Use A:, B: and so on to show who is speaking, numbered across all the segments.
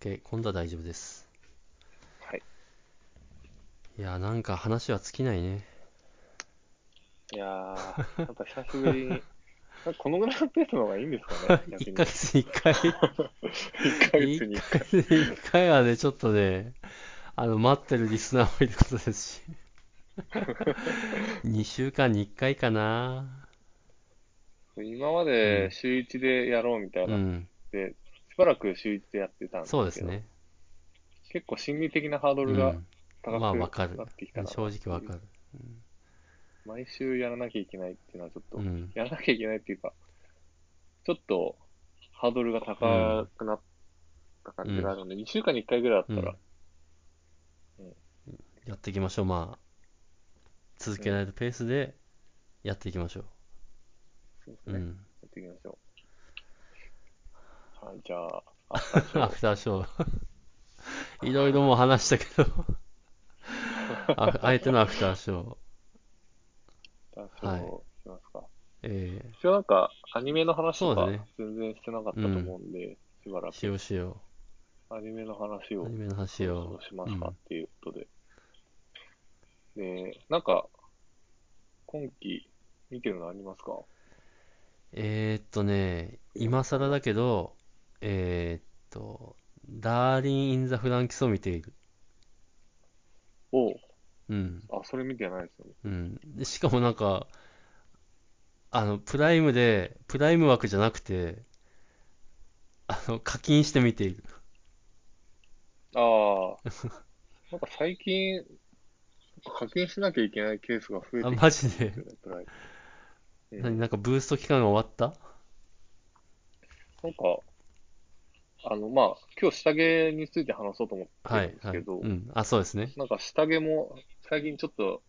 A: OK、今度は大丈夫です。
B: はい。
A: いやー、なんか話は尽きないね。
B: いや ー、やっぱ久しぶりに、なんかこのぐらいのペースの方がいいんですか ね、逆
A: 1
B: に。
A: ヶ月に1回、
B: 1ヶ月に
A: 1。ヶ月に1回はね、ちょっとね、あの、待ってるリスナーもいること ですし。2週間に1回かな。
B: 今まで週1でやろうみたいうなっ
A: ん、
B: て、しばらく週1でやってたんですけど、
A: そうですね。
B: 結構心理的なハード
A: う
B: ルが
A: ん、
B: 高く
A: まあ
B: な
A: わかる
B: ってきたな、
A: 正直わかる。
B: 毎週やらなきゃいけないっていうのはちょっと、
A: うん。
B: やらなきゃいけないっていうか、ちょっとハードルが高くなった感じがあるので、2週間に1回ぐらいだったら、
A: やっていきましょう。まあ、続けないとペースでやっていきましょ
B: そうです
A: う。
B: ね、
A: う
B: や
A: ん。
B: っていきましょう。はい、じゃあ、あ最初
A: アフターショ ー。いろいろもう話したけどあ、あえてのアフターショー。
B: 談笑をしますか。
A: ええ
B: 一応なんか、アニメの話と
A: そ
B: か
A: うですね
B: 全然してなかったと思うんで、しばら
A: しようしよ
B: くアニメの話
A: う。
B: を
A: アニメの
B: し
A: 話を。
B: ますかっていうことで。で、なんか、今期見てるのありますか
A: えーっとね、今更だけど、えーっと、ダーリン・イン・ザ・フランキスを見ている。
B: おう
A: うん、
B: あ、それ見てないですよね。
A: うん。で、しかもなんか、あの、プライムで、プライム枠じゃなくて、あの、課金して見ている。
B: ああ。 なんか最近、課金しなきゃいけないケースが増えて
A: あ、
B: き
A: マジで
B: て。るよね、プライム。う
A: 何、
B: ん、
A: なんかブースト期間が終わった
B: なんか、あの、まあ、今日下着について話そうと思って
A: は
B: るん
A: い
B: で、す
A: はい。
B: けど、
A: うん。あ、そうですね。
B: なんか下着も最近ちょっと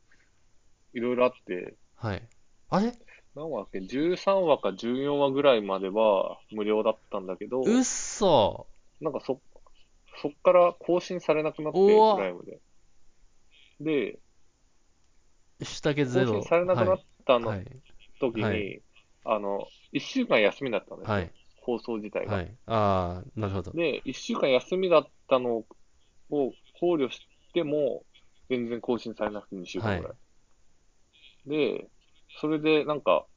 B: いろいろあって、
A: はい。あれ
B: 何話だっけ ?13 話か14話ぐらいまでは無料だったんだけど、
A: うっそ
B: なんかそ、そっから更新されなくなって、
A: うわ
B: プライムで。で、
A: 下着ゼ
B: 更
A: ロ。
B: 新されなくなったの
A: はい。
B: 時に、
A: はい
B: あの、1週間休みだったんですよ、
A: はい。
B: 放送自体が。
A: はい。ああ、なるほど。
B: で、1週間休みだったのを考慮しても、全然更新されなくて2週間ぐらい。
A: は
B: で、それでなんか、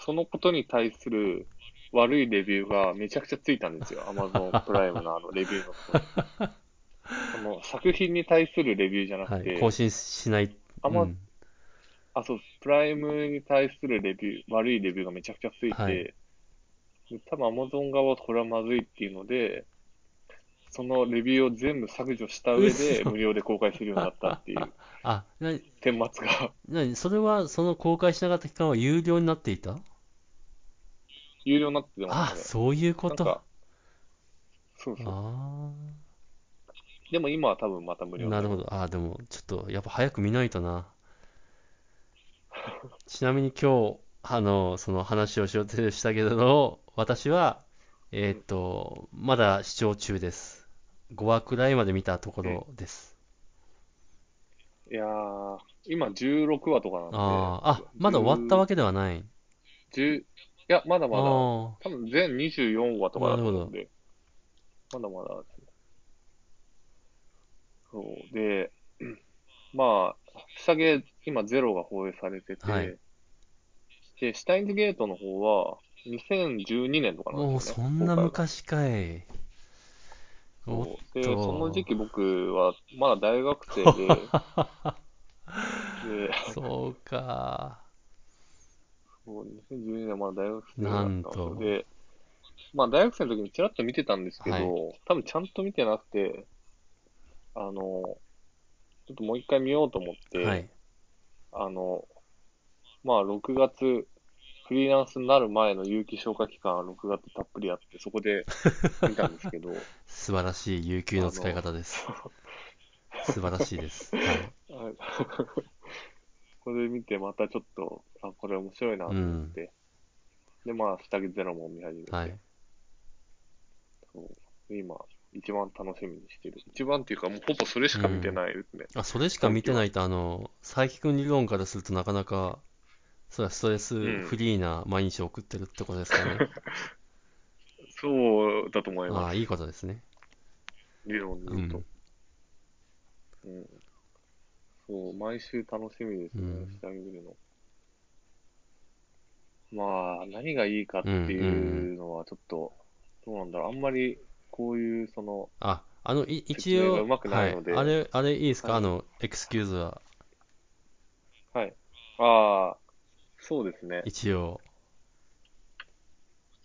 B: そのことに対する悪いレビューがめちゃくちゃついたんですよ。Amazon プライムのあのレビューのところ。 その作品に対するレビューじゃな
A: は
B: くて、
A: い。更新しない。
B: あんま
A: うん
B: あ、そう、プライムに対するレビュー、悪いレビューがめちゃくちゃついて、
A: はい
B: で多分 Amazon 側はこれはまずいっていうので、そのレビューを全部削除した上で
A: 嘘
B: 無料で公開するようになったっていう
A: あ、な、
B: 顛末が
A: なに、それは、その公開しなかった期間は有料になっていた
B: 有料になってま
A: あ、
B: す
A: そういうこ
B: ね。なん
A: と。あ
B: か、そうそう。
A: あ
B: でも今は多分また無料
A: ー、なるほど。ああ、でも、ちょっと、やっぱ早く見ないとな。 ちなみに今日、あの、その話をしようとしたけど、私は、えーっと、まだ視聴中です。5話くらいまで見たところです。
B: いやー、今16話とかなんで、
A: ああ、あ、まだ終わったわけではない。
B: 10、いや、まだまだ、
A: あ
B: 多分全24話とかだと思うんで、まだまだですね。そう。で、 まあ、下げ、今ゼロが放映されてて、
A: はい
B: で、シュタインズゲートの方は、2012年とか
A: あ、
B: なん
A: も
B: で
A: う
B: すよ
A: そ
B: ね。
A: んな
B: 公開が
A: 昔かい。おっ
B: そうで、
A: と
B: その時期僕は、まだ大学生 で、で、
A: そうか。
B: もう2012年はまだ大学生だった
A: なん
B: です
A: と
B: よで、まあ大学生の時にちらっと見てたんですけど、
A: はい
B: 多分ちゃんと見てなくて、あの、ちょっともう一回見ようと思って、
A: はい。
B: あの、まあ6月、フリーランスになる前の有期消化期間は6月たっぷりあって、そ こで見たんですけど、
A: 素晴らしい有給の使い方 です。素晴らしいです。はい。
B: あ これ見てまたちょっと、あ、これ面白いなと思って、で、まあ下着ゼロも見始めて、
A: はい。
B: そう今、一番楽しみにしてる。一番っていうか、もうほぼそれしか見てないですね。
A: あ、それしか見てないと、あの、佐伯くん理論からするとなかなか、 それはストレスフリーな毎日を送ってるってことですかね。
B: そうだと思い
A: あ
B: ま
A: あ、いいことですね。
B: す。理論で言うと。うん。そう、毎週楽しみです
A: う
B: ね
A: ん、
B: 下着見るの。まあ、何がいいかっていうのはちょっと、どうなんだろう。あんまり、こういう、その、
A: あ、あの、い
B: 説
A: 一
B: 明
A: 応、
B: がうまくないので
A: はい、あれ、あれいいですか、
B: はい
A: あの、エクスキューズは、
B: はい。ああ、そうですね。
A: 一応。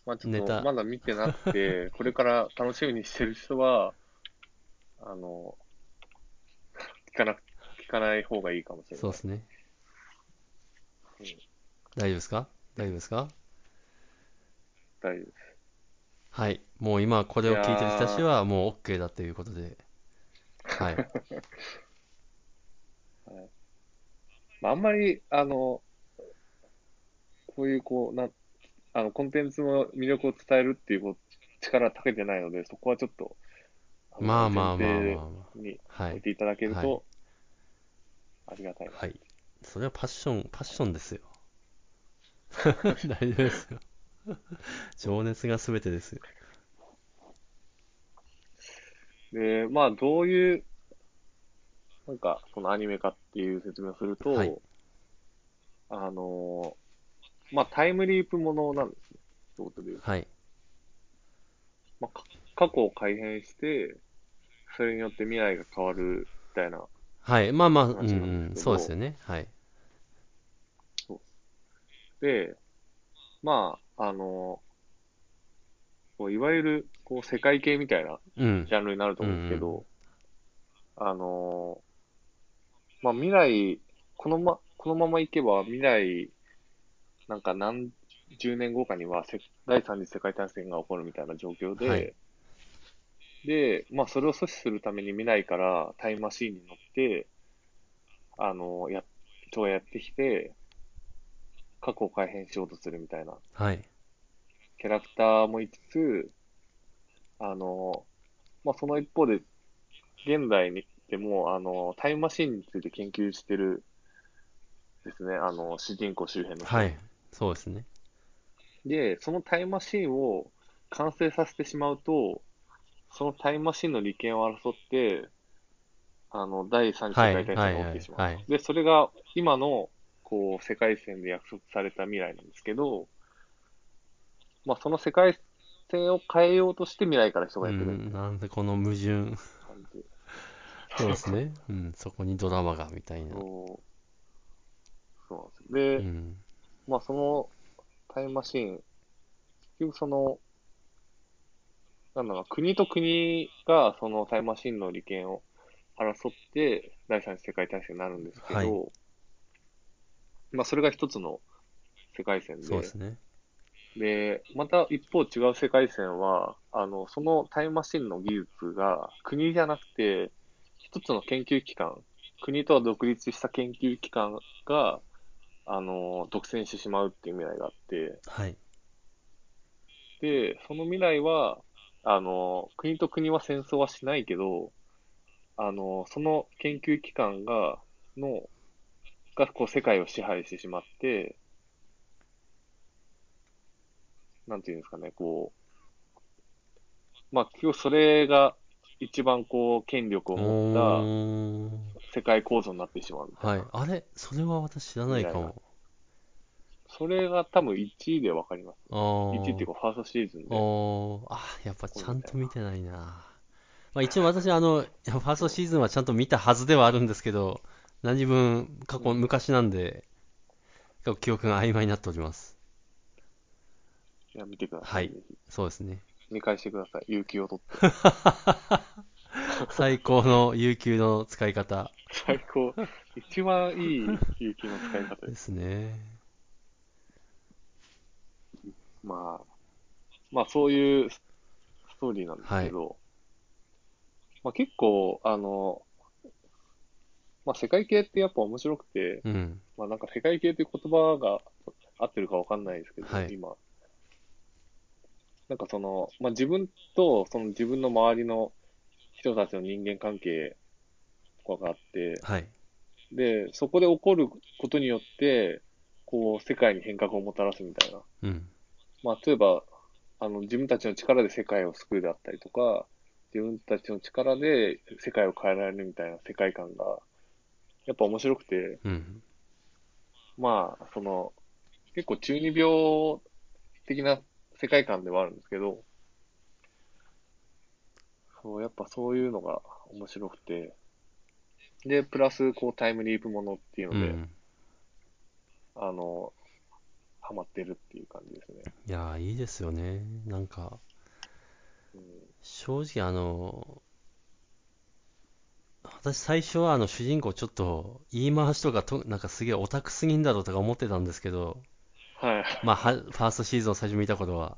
B: まあちょ
A: ネ
B: っ
A: タ
B: と、まだ見てな くて、これから楽しみにしてる人は、あの、聞かな、聞かない方がいいかもしれない。
A: そうですね
B: うん。
A: 大丈夫ですか大丈夫ですか
B: 大丈夫です。
A: はい。もう今これを聞いてる人たち
B: い
A: はもう OK だということで。 はい。
B: まあ、あんまり、あの、こういう、こう、な、あの、コンテンツの魅力を伝えるっていうこう力は長けてないので、そこはちょっと、の
A: まあまあまあまあ
B: 前
A: ま
B: 提に
A: あ。は
B: 置い
A: い。
B: ていただける
A: はい
B: と、ありがたい。
A: はい。それはパッション、パッションですよ。 大丈夫ですよ。 情熱が全てですよ。
B: で、まあ、どういう、なんか、そのアニメかっていう説明をすると、
A: はい
B: あのーまあ、タイムリープものなんですね。どうという
A: はい。
B: まあ、か過去を改変して、それによって未来が変わるみたいな。
A: はい。まあまあ、うん
B: 話なんですけど
A: うん。そうですよね。はい。
B: で、まあ、あのーこういわゆる、こう、世界系みたいな
A: うん
B: ジ。ャンルになると思うんですけ
A: うん
B: ど、あのーまあ、未来、このま、このままいけば未来、なんか何十年後かにはせ第三次世界大戦が起こるみたいな状況で、
A: はい
B: で、まあ、それを阻止するために未来からタイムマシーンに乗って、あのーや、人がやってきて、過去を改変しようとするみたいな
A: はい。
B: キャラクターもいつつ、あの、まあ、その一方で、現代にでも、あの、タイムマシンについて研究してるですね、あの、主人公周辺の人。
A: はい。そうですね。
B: で、そのタイムマシンを完成させてしまうと、そのタイムマシンの利権を争って、あの、第3次世界大戦が起きてしまう。
A: はいはいはいはい
B: で、それが今の、こう、世界線で約束された未来なんですけど、まあ、その世界線を変えようとして未来から人
A: う
B: がやってくる
A: ん。なんでこの矛 盾。
B: 感じ。
A: そうですね。うん。そこにドラマが、みたいな。
B: そうそうなんですよ。で、
A: うん。
B: まあ、そのタイムマシーン、結局その、なんだろうな、国と国がそのタイムマシーンの利権を争って、第三次世界大戦になるんですけど、
A: はい
B: まあ、それが一つの世界線
A: そう
B: で
A: で、すね。
B: で、また一方違う世界線は、あの、そのタイムマシンの技術が国じゃなくて、一つの研究機関、国とは独立した研究機関が、あの、独占してしまうっていう未来があって、
A: はい。
B: で、その未来は、あの、国と国は戦争はしないけど、あの、その研究機関が、の、がこう世界を支配してしまって、なんていうんですかね、こう、まあ、結局それが一番こう、権力を持っ
A: おー。
B: た世界構造になってしまうみたい
A: は。
B: ない
A: あれ、それは私知らないかも。
B: それが多分1位でわかります。
A: あー
B: 1位っていうかファーストシーズンで。
A: おー、あー、やっぱちゃんと見てないな。まあ一応私、あの、いやファーストシーズンはちゃんと見たはずではあるんですけど、何分、過去、昔なんで、記憶が曖昧になっております。
B: いや、見てくださ
A: はい
B: い。ぜひ
A: そうですね。
B: 見返してください。有給を取って
A: 最高の有給の使い方
B: 最高。一番いい有給の使い方で。
A: ですすね。
B: まあ、まあそういうストーリーなんですけど、まあ結構、あの、まあ世界系ってやっぱ面白くて、
A: うん。
B: まあなんか世界系っていう言葉が合ってるかわかんないですけど、
A: はい
B: 今。なんかその、まあ自分とその自分の周りの人たちの人間関係とかがあって、
A: はい。
B: で、そこで起こることによって、こう、世界に変革をもたらすみたいな。
A: うん。
B: まあ、例えば、あの、自分たちの力で世界を救うだったりとか、自分たちの力で世界を変えられるみたいな世界観が、やっぱ面白くて、
A: うん。
B: まあ、その、結構中二病的な世界観ではあるんですけど、そう、やっぱそういうのが面白くて、で、プラス、こう、タイムリープものっていう
A: う
B: ので、
A: ん。
B: あの、ハマってるっていう感じですね。
A: いやー、いいですよね。なんか、
B: うん
A: 正直あの、私最初はあの主人公ちょっと言い回しとかと、なんかすげえオタクすぎんだろうとか思ってたんですけど、
B: はい。
A: まあ、はファーストシーズンを最初見た頃は。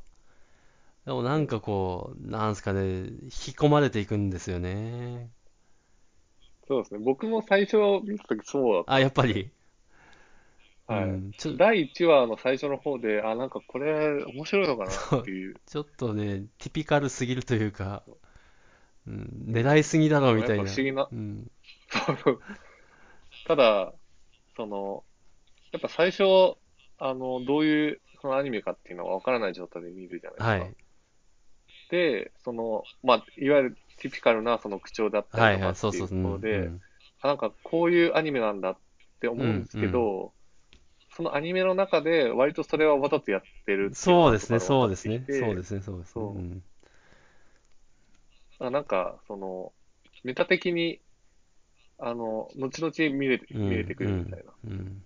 A: でもなんかこう、なんすかね、引き込まれていくんですよね。
B: そうですね。僕も最初見たときそうだっ
A: あ、やっぱり。
B: た。はい。
A: うん、ちょ、
B: 第1話の最初の方で、あ、なんかこれ面白いのかなっ ていう。
A: ちょっとね、ティピカルすぎるというか、うん、狙いすぎだろうみたい
B: やっ
A: な。
B: ぱ不思議な。
A: うん、
B: ただ、その、やっぱ最初、あの、どういう、そのアニメかっていうのは分からない状態で見るじゃな
A: はい
B: です
A: い。
B: か。で、その、まあ、いわゆるティピカルなその口調だった
A: は
B: り
A: い
B: と
A: は
B: か
A: い、そう
B: ってい
A: そうう、
B: と
A: うん
B: ころで、
A: うん
B: あなんかこういうアニメなんだって思うんですけど、そのアニメの中で割とそれはわざとやってるってい
A: そう
B: う
A: ですね、
B: の
A: そうで
B: が分かって
A: す
B: き
A: ね、
B: て
A: そうですね、そうですね。
B: そう
A: うん
B: あなんか、その、メタ的に、あの、後々見れて、見れてくるみたいな。
A: うんうん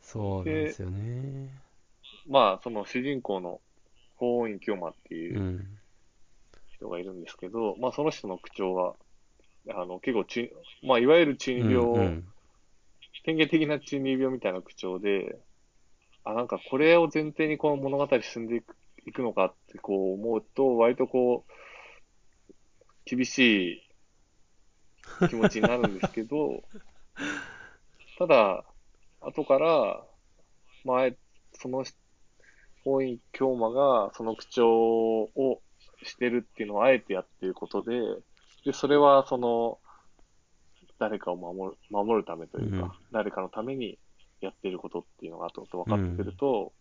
A: そうなんですよね。。
B: まあ、その主人公の、法音京馬っていううん人がいるんですけど、まあ、その人の口調は、あの、結構中、まあ、いわゆる中二病、
A: うんうん
B: 典型的な中二病みたいな口調で、あ、なんかこれを前提にこの物語進んでいくいくのかってこう思うと、割とこう、厳しい気持ちになるんですけど、ただ、後から、前、その、法院京馬がその口調をしてるっていうのをあえてやってることで、で、それはその、誰かを守る、守るためというか、
A: うん
B: 誰かのためにやってることっていうのが後々分かってくると、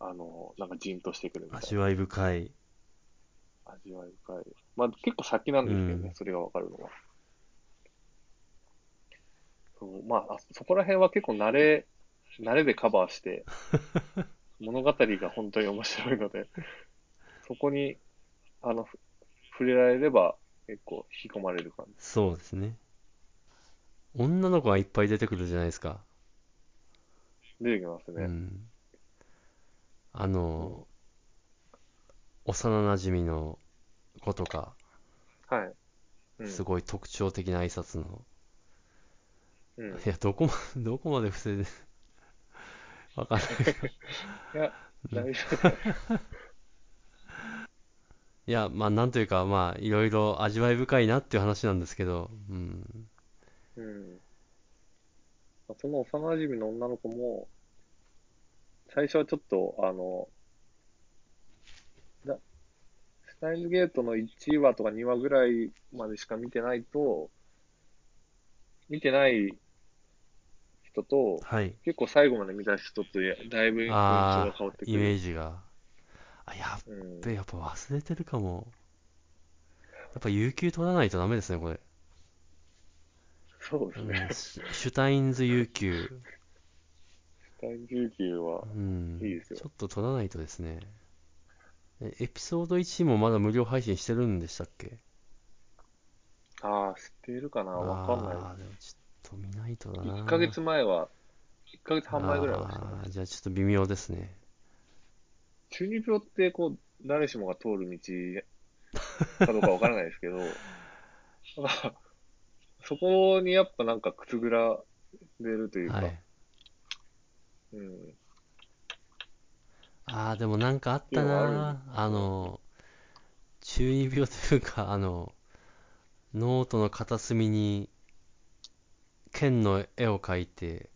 B: あの、なんかジーンとしてくるみたい
A: 味
B: な。
A: わい深い。
B: 味わい深い。まあ結構先なんですけどね、
A: うん
B: それが分かるのは。そうまあ、あそこら辺は結構慣れ、慣れでカバ ーして、物語が本当に面白いので、そこに、あの、ふ触れられれば結構引き込まれる感じ。
A: そうですね。女の子がいっぱい出てくるじゃないですか。
B: 出てきます
A: う
B: ね。
A: ん。あの、幼馴染の子とか、
B: はい。うん。
A: すごい特徴的な挨拶の。
B: うん、
A: いや、どこま、どこまで防いで、わかんないけど。
B: いや、大丈
A: いや、まあ、なんというか、まあ、いろいろ味わい深いなっていう話なんですけど、うん。
B: 夫。うん。その幼馴染の女の子も、最初はちょっと、あの、だスタインズゲートの1話とか2話ぐらいまでしか見てないと、見てない人と、
A: はい。
B: 結構最後まで見た人とや、だいぶ印象が変わってく
A: イメ
B: る。
A: ージが。あ、やっ
B: うん、
A: べ、やっぱ忘れてるかも。やっぱ有給取らないとダメですね、これ。
B: そうです
A: う
B: ね。
A: ん、シシュタインズ有給。
B: スタインズ19は
A: う、ん。
B: いいですよ
A: ちょっと取らないとですね。えエピソード1もまだ無料配信してるんでしたっけ
B: ああ、知ってるかなわかんないです
A: あーでもちょっと見ないとだな。
B: 1ヶ月前は、1ヶ月半前ぐらいはして
A: あ
B: ま
A: ー
B: す。
A: じゃあちょっと微妙ですね。
B: 中二病って、こう、誰しもが通る道かどうかわからないですけど、ただそこにやっぱなんかくすぐられるというか、
A: はい。
B: うん。
A: ああ、でもなんかあったなー。あの、中二病というか、あの、ノートの片隅に剣の絵を描いて、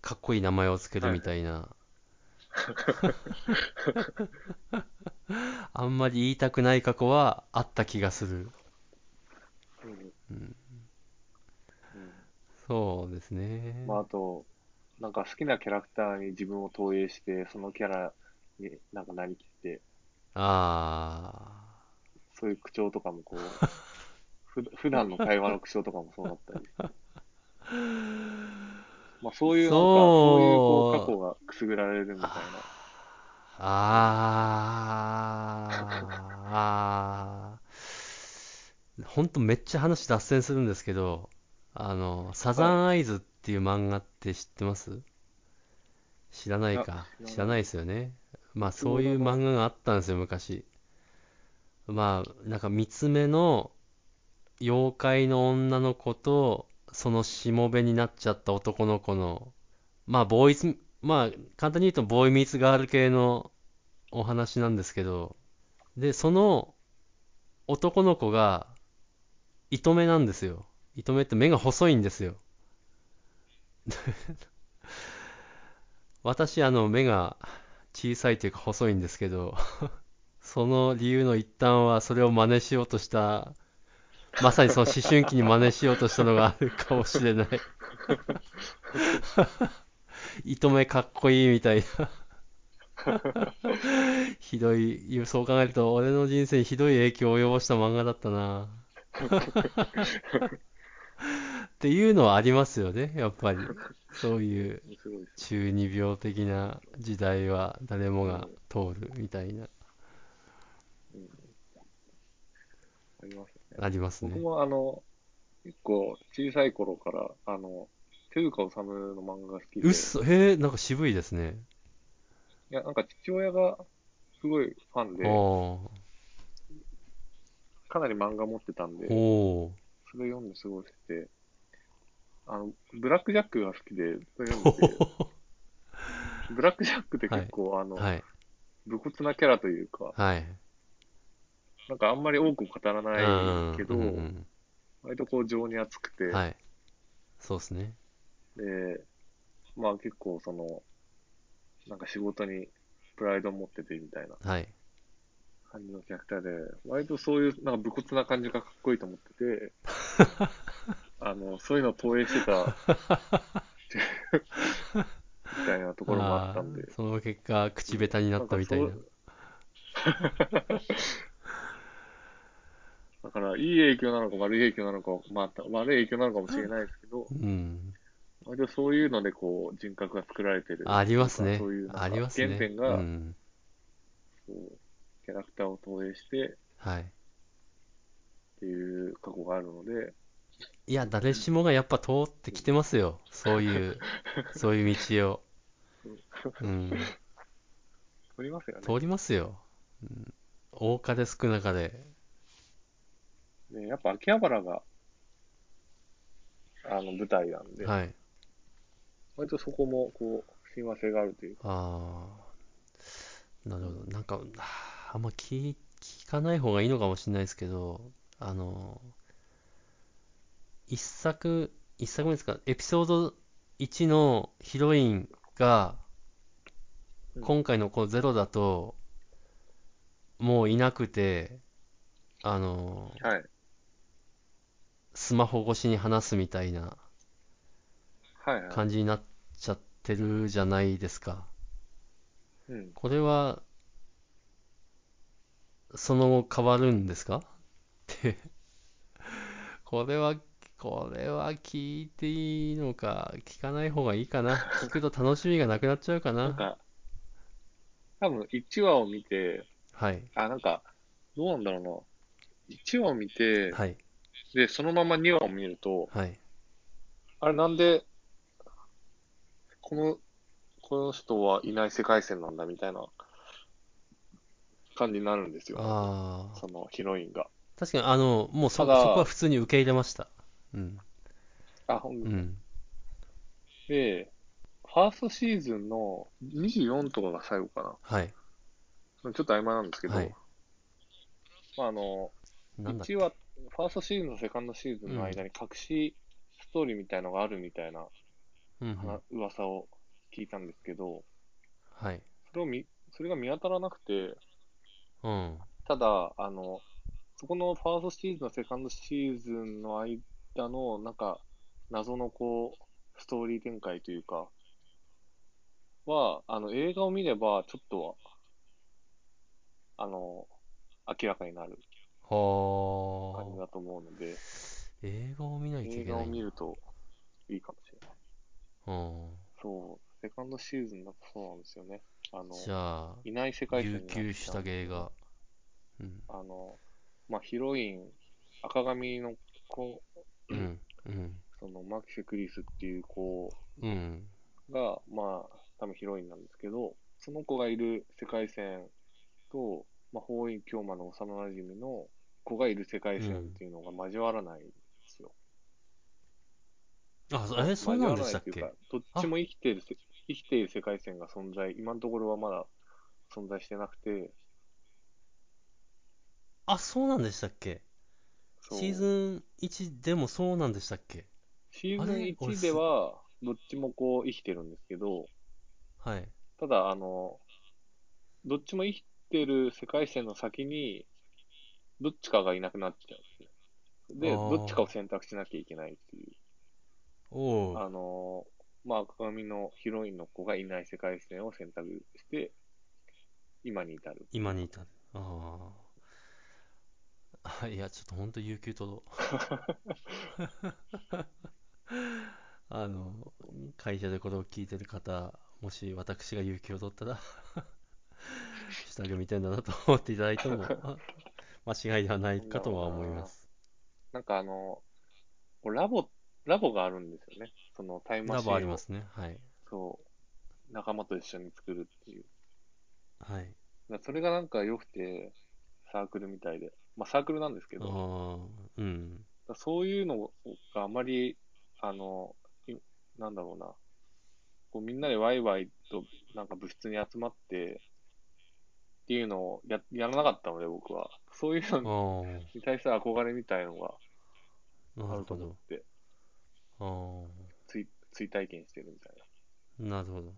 A: かっこいい名前をつけるみたいな。 あんまり言いたくない過去はあった気がする。
B: うん
A: うんそうですね
B: うん。まあ、あと、なんか好きなキャラクターに自分を投影して、そのキャラになんかなりきって、
A: あ
B: そういう口調とかもこう、ふ 普段の会話の口調とかもそうだったり。まあそういうなんか、
A: そう
B: そういうこう過去がくすぐられるみたい
A: あ。ああ。ああ。ほんとめっちゃ話脱線するんですけど、あの、サザンアイズっていう漫画って知ってます知らないか。
B: いや
A: 知
B: 知
A: ら
B: らない
A: ないですよね。まあそういう漫画があったんですよ、昔。まあ、なんか三つ目の妖怪の女の子と、そのしもべになっちゃった男の子の、まあボーイズ、まあ簡単に言うとボーイミーツガール系のお話なんですけど、で、その男の子が糸目なんですよ。糸目って目が細いんですよ。 私、あの、目が小さいというか細いんですけど、 その理由の一端はそれを真似しようとした、まさにその思春期に真似しようとしたのがあるかもしれない。 糸目かっこいいみたいな。 ひどい、そう考えると俺の人生にひどい影響を及ぼした漫画だったな。っていうのはありますよね、やっぱり。そういう。
B: な。すごいです。
A: 中二病的な時代は誰もが通るみたいな、
B: ありますね。
A: あります
B: 僕
A: ね。
B: もあの、結構小さい頃から、あの、手塚治虫の漫画が好きで、
A: うっ
B: い
A: そ、へえ、なんか渋いですね。
B: や、なんか父親がすごいファンで
A: ああ、、お
B: かなり漫画持ってたんで、
A: お
B: それ読んで過ごしてて、あの、ブラックジャックが好きで、それ読ん でて、
A: ー、
B: ブラックジャックって結構、あの、
A: はい、
B: 武骨なキャラというか、
A: はい。
B: なんかあんまり多く語らないけど、
A: うんうん
B: 割とこう情に厚くて、
A: うんはい。そうですね。
B: で、まあ結構その、なんか仕事にプライドを持っててみたいな
A: はい。
B: 感じのキャラクターで、割とそういうなんか武骨な感じがかっこいいと思って て、あの、そういうのを投影してた、みたいなところもあったんで
A: あー、その結果、口下手になったみたいな。
B: なんか だからいい影響なのか悪い影響なのか、まあ悪い影響なのかもしれないですけど、
A: うん。
B: 割とそういうのでこう人格が作られてる。
A: ありますね
B: そういう。なんか
A: ありますね。
B: 原点が
A: うん。
B: こうキャラクターを投影してっ
A: はい。
B: ていう過去があるので、
A: いや、誰しもがやっぱ通ってきてますよ。そう いう、そういう道を。うん。
B: 撮りますよね。
A: 通りますよ。うん多かれ少なかれ。
B: でやっぱ秋葉原が、あの、舞台なんで、
A: はい。
B: 割とそこも、こう、親和性があるというか、
A: ああ。なるほど。なんか、はああんま聞、聞かない方がいいのかもしれないですけど、あの、一作、一作目ですか、エピソード1のヒロインが
B: う、ん
A: 今回のこのゼロだと、もういなくて、あの、
B: はい。
A: スマホ越しに話すみたいな。
B: はいはい。
A: 感じになっちゃってるじゃないですか。
B: うん。
A: これは、その後変わるんですかって。これは、これは聞いていいのか、聞かない方がいいかな。聞くと楽しみがなくなっちゃうか
B: なん
A: な。
B: か、多分1話を見て、
A: はい。
B: あ、なんか、どうなんだろうな。1話を見て、
A: はい。
B: で、そのまま2話を見ると、
A: はい。
B: あれなんで、この、この人はいない世界線なんだみたいな感じになるんですよ。
A: ああ
B: そ。のヒロインが。
A: 確かに、あの、もうそ、そ
B: ただ
A: こは普通に受け入れました。うん。
B: あ、ほん
A: うん。
B: で、ファーストシーズンの24とかが最後か
A: はい。
B: な。ちょっと曖昧なんですけど、
A: はい
B: まあ、あの、
A: なんだっけ
B: 1話、ファーストシーズンとセカンドシーズンの間に隠しストーリーみたいのがあるみたいな、
A: うんうん
B: な噂を聞いたんですけど、
A: はい。
B: それを見、それが見当たらなくて、
A: うん。
B: ただ、あの、そこのファーストシーズンとセカンドシーズンの間の、なんか、謎のこう、ストーリー展開というか、は、あの、映画を見れば、ちょっとは、あの、明らかになる
A: は
B: 感じ
A: あ。
B: だと思うので、
A: 映画を見ないとい
B: 映
A: け
B: 画
A: な
B: を
A: い
B: 見
A: な。
B: るといいかもしれない。
A: うん。
B: そう、セカンドシーズンだとそうなんですよね。あの、
A: じゃあ、
B: いない世界線
A: 琉
B: になっちゃうん
A: 球
B: ですよ
A: 下芸が。うん。
B: あの、まあ、ヒロイン、赤髪の子、
A: うん。うん。
B: そのマキセ・クリスっていう子
A: うん。
B: が、まあ、多分ヒロインなんですけど、その子がいる世界線と、まあ、法院京馬の幼馴染の子がいる世界線っていうのが交わらないんですよ。
A: あ、そえ、そうなんでしたっ
B: 交
A: け
B: わらないっていうか、どっちも生きているせ、生きている世界線が存在、今のところはまだ存在してなくて、
A: あ、そうなんでしたっけ
B: そう
A: シーズン1でもそうなんでしたっけ
B: シー
A: あ
B: ズン
A: れ俺
B: 1
A: す
B: では、どっちもこう生きてるんですけど、
A: はい。
B: ただ、あの、どっちも生きてる世界線の先に、どっちかがいなくなっちゃうんですね。で、
A: あー
B: どっちかを選択しなきゃいけないっていう。
A: おう。
B: あの、まあ、赤髪のヒロインの子がいない世界線を選択して、今に至る。
A: 今に至る。ああ。 あいや、ちょっとほんと有給とど。 あの、会社でこれを聞いてる方、もし私が有給を取ったら 下着見てんだなと思っていただいても、 あ間違いではないかとは思います。
B: なんかあの、こうラボ、ラボがあるんですよね。そのタイムマ
A: ラ
B: シン
A: ボ
B: を
A: ありますね。はい。
B: そう、仲間と一緒に作るっていう。
A: はい。
B: だからそれがなんか良くて、サークルみたいで。まあ、サークルなんですけ
A: あ
B: ど、
A: あ、うん。
B: だからそういうのがあまり、あの、いなんだろうな、こうみんなでワイワイとなんか部室に集まってっていうのをややらなかったので、僕は。そういう
A: あ
B: の
A: あ、
B: に対する憧れみたいのがあ
A: なる
B: ると
A: ほど。
B: 思って、
A: ああ。
B: 追追体験してるみたい
A: な
B: な。
A: るほど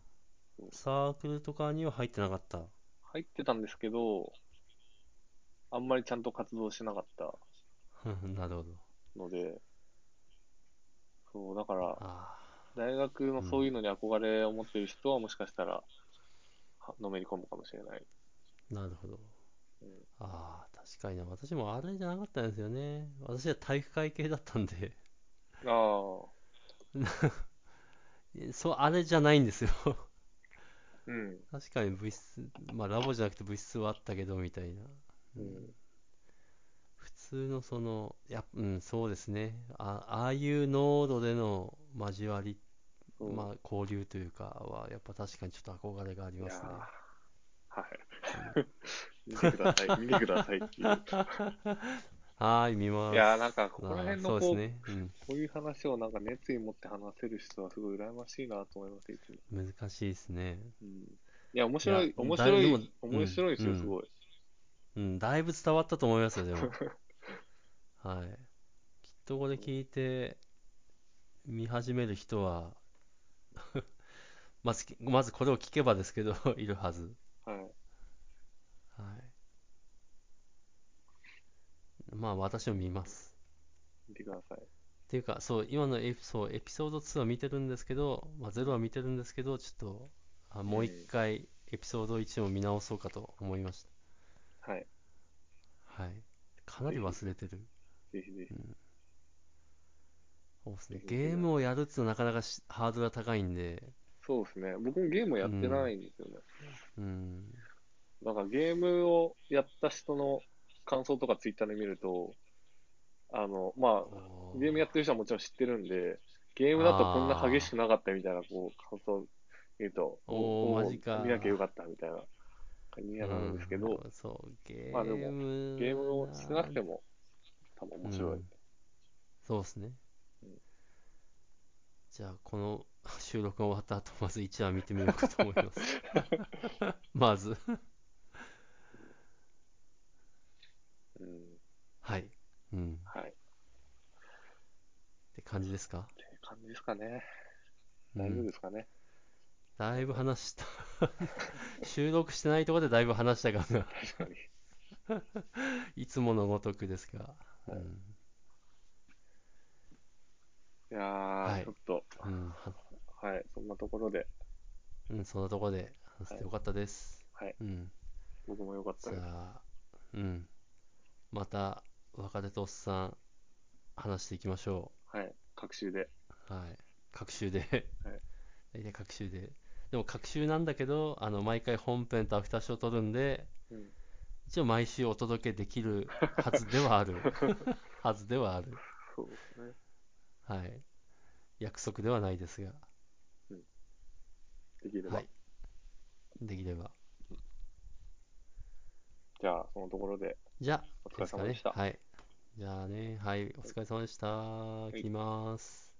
B: そう。
A: サークルとかには入ってなかった。
B: 入ってたんですけど、あんまりちゃんと活動しなかった
A: なるほど。
B: ので、そう、だから、
A: あ
B: 大学のそういうのに憧れを持ってる人はもしかしたら、はのめり込むかもしれない。
A: あ、なるほど
B: うん。
A: ああ、確かにな。私もあれじゃなかったんですよね。私は体育会系だったんで、
B: ああ、
A: そう、あれじゃないんですよ。
B: うん。
A: 確かに部室、まあラボじゃなくて部室はあったけど、みたいな。
B: うん。
A: 普通のその、やっぱ、うん、そうですね。あ、ああいう濃度での交わり、
B: そう
A: まあ交流というかは、やっぱ確かにちょっと憧れがあり
B: い
A: ま
B: や
A: すね
B: ー。はい。 見てください、見てくださ いっていう。
A: はーい、見ま
B: い
A: す。
B: やーなんかここら
A: あー
B: 辺の
A: そうで
B: こ
A: す
B: う
A: ね。うん。
B: こういう話をなんか熱意持って話せる人はすごい羨ましいなと思います、いつも。
A: 難しいですね。
B: うん、いや、面白
A: いや、
B: い面
A: だ
B: 白
A: いぶで
B: い、
A: も
B: 面白いです
A: う
B: よ、
A: ん
B: すごい。
A: うん、だいぶ伝わったと思いますよ、でも。はい。きっとこれ聞いて、見始める人は、 まず、まずこれを聞けばですけど、 いるはず。
B: はい。
A: はい。まあ、私も見ます。
B: 見てください。
A: っていうか、そう、今のエピそうエピソード2は見てるんですけど、まあ、0は見てるんですけど、ちょっと、あ、もう一回、エピソード1を見直そうかと思いました。
B: はい。
A: はい。かなり忘れてる。
B: ぜひぜひ。
A: そうですね。
B: そうそう
A: ゲームをやるっていうのはなかなかしハードルが高いんで、
B: そうですね。僕もゲームやってないんですよね。
A: うん。
B: なんかゲームをやった人の感想とかツイッターで見ると、あの、まあ、ゲームやってる人はもちろん知ってるんで、ゲームだとこんな激しくなかったみたいな、こう、感想言うと、
A: おー
B: ー
A: マジか
B: 見なきゃよかったみたいな感じにはなるんですけど、
A: うんそう、ゲ
B: まあでも
A: ーム。
B: ゲームをしてなくても、多分面白い。
A: うんそうですね
B: うん。
A: じゃあ、この 収録が終わった後、まず1話見てみようかと思い ます。まず。
B: うん
A: はい。うん。っ
B: はい。って
A: 感じですか
B: 感じですかね。
A: う
B: 大丈夫
A: ん
B: ですかね。
A: だいぶ話した。 収録してないところでだいぶ話した感が、
B: 確かに。
A: いつものごとくですが。う
B: はい
A: ん。
B: いやー、
A: い
B: ちょっと、
A: うん。は
B: はい、そんなところで。
A: うん、そんなところで話せてよかったです。
B: はい。
A: うん。
B: 僕も良かっ
A: じ
B: た
A: ゃ
B: です。
A: あ、うん。また、若手とおっさん、話していきましょ
B: はい。各週で。
A: う。はい。各週で
B: は
A: 大体各週で。でも、各週なんだけど、あの、毎回本編とアフターショーを撮るんで、
B: うん
A: 一応毎週お届けできるはずではあ る。はずではある。
B: そうですね。
A: はい。約束ではないですが、
B: できれば。
A: はい。できれば。
B: じゃあ、そのところで、
A: じゃあ、
B: お疲れ様でした
A: すかねはい。じゃあね、はい、お疲れ様でした。
B: い
A: 切ります。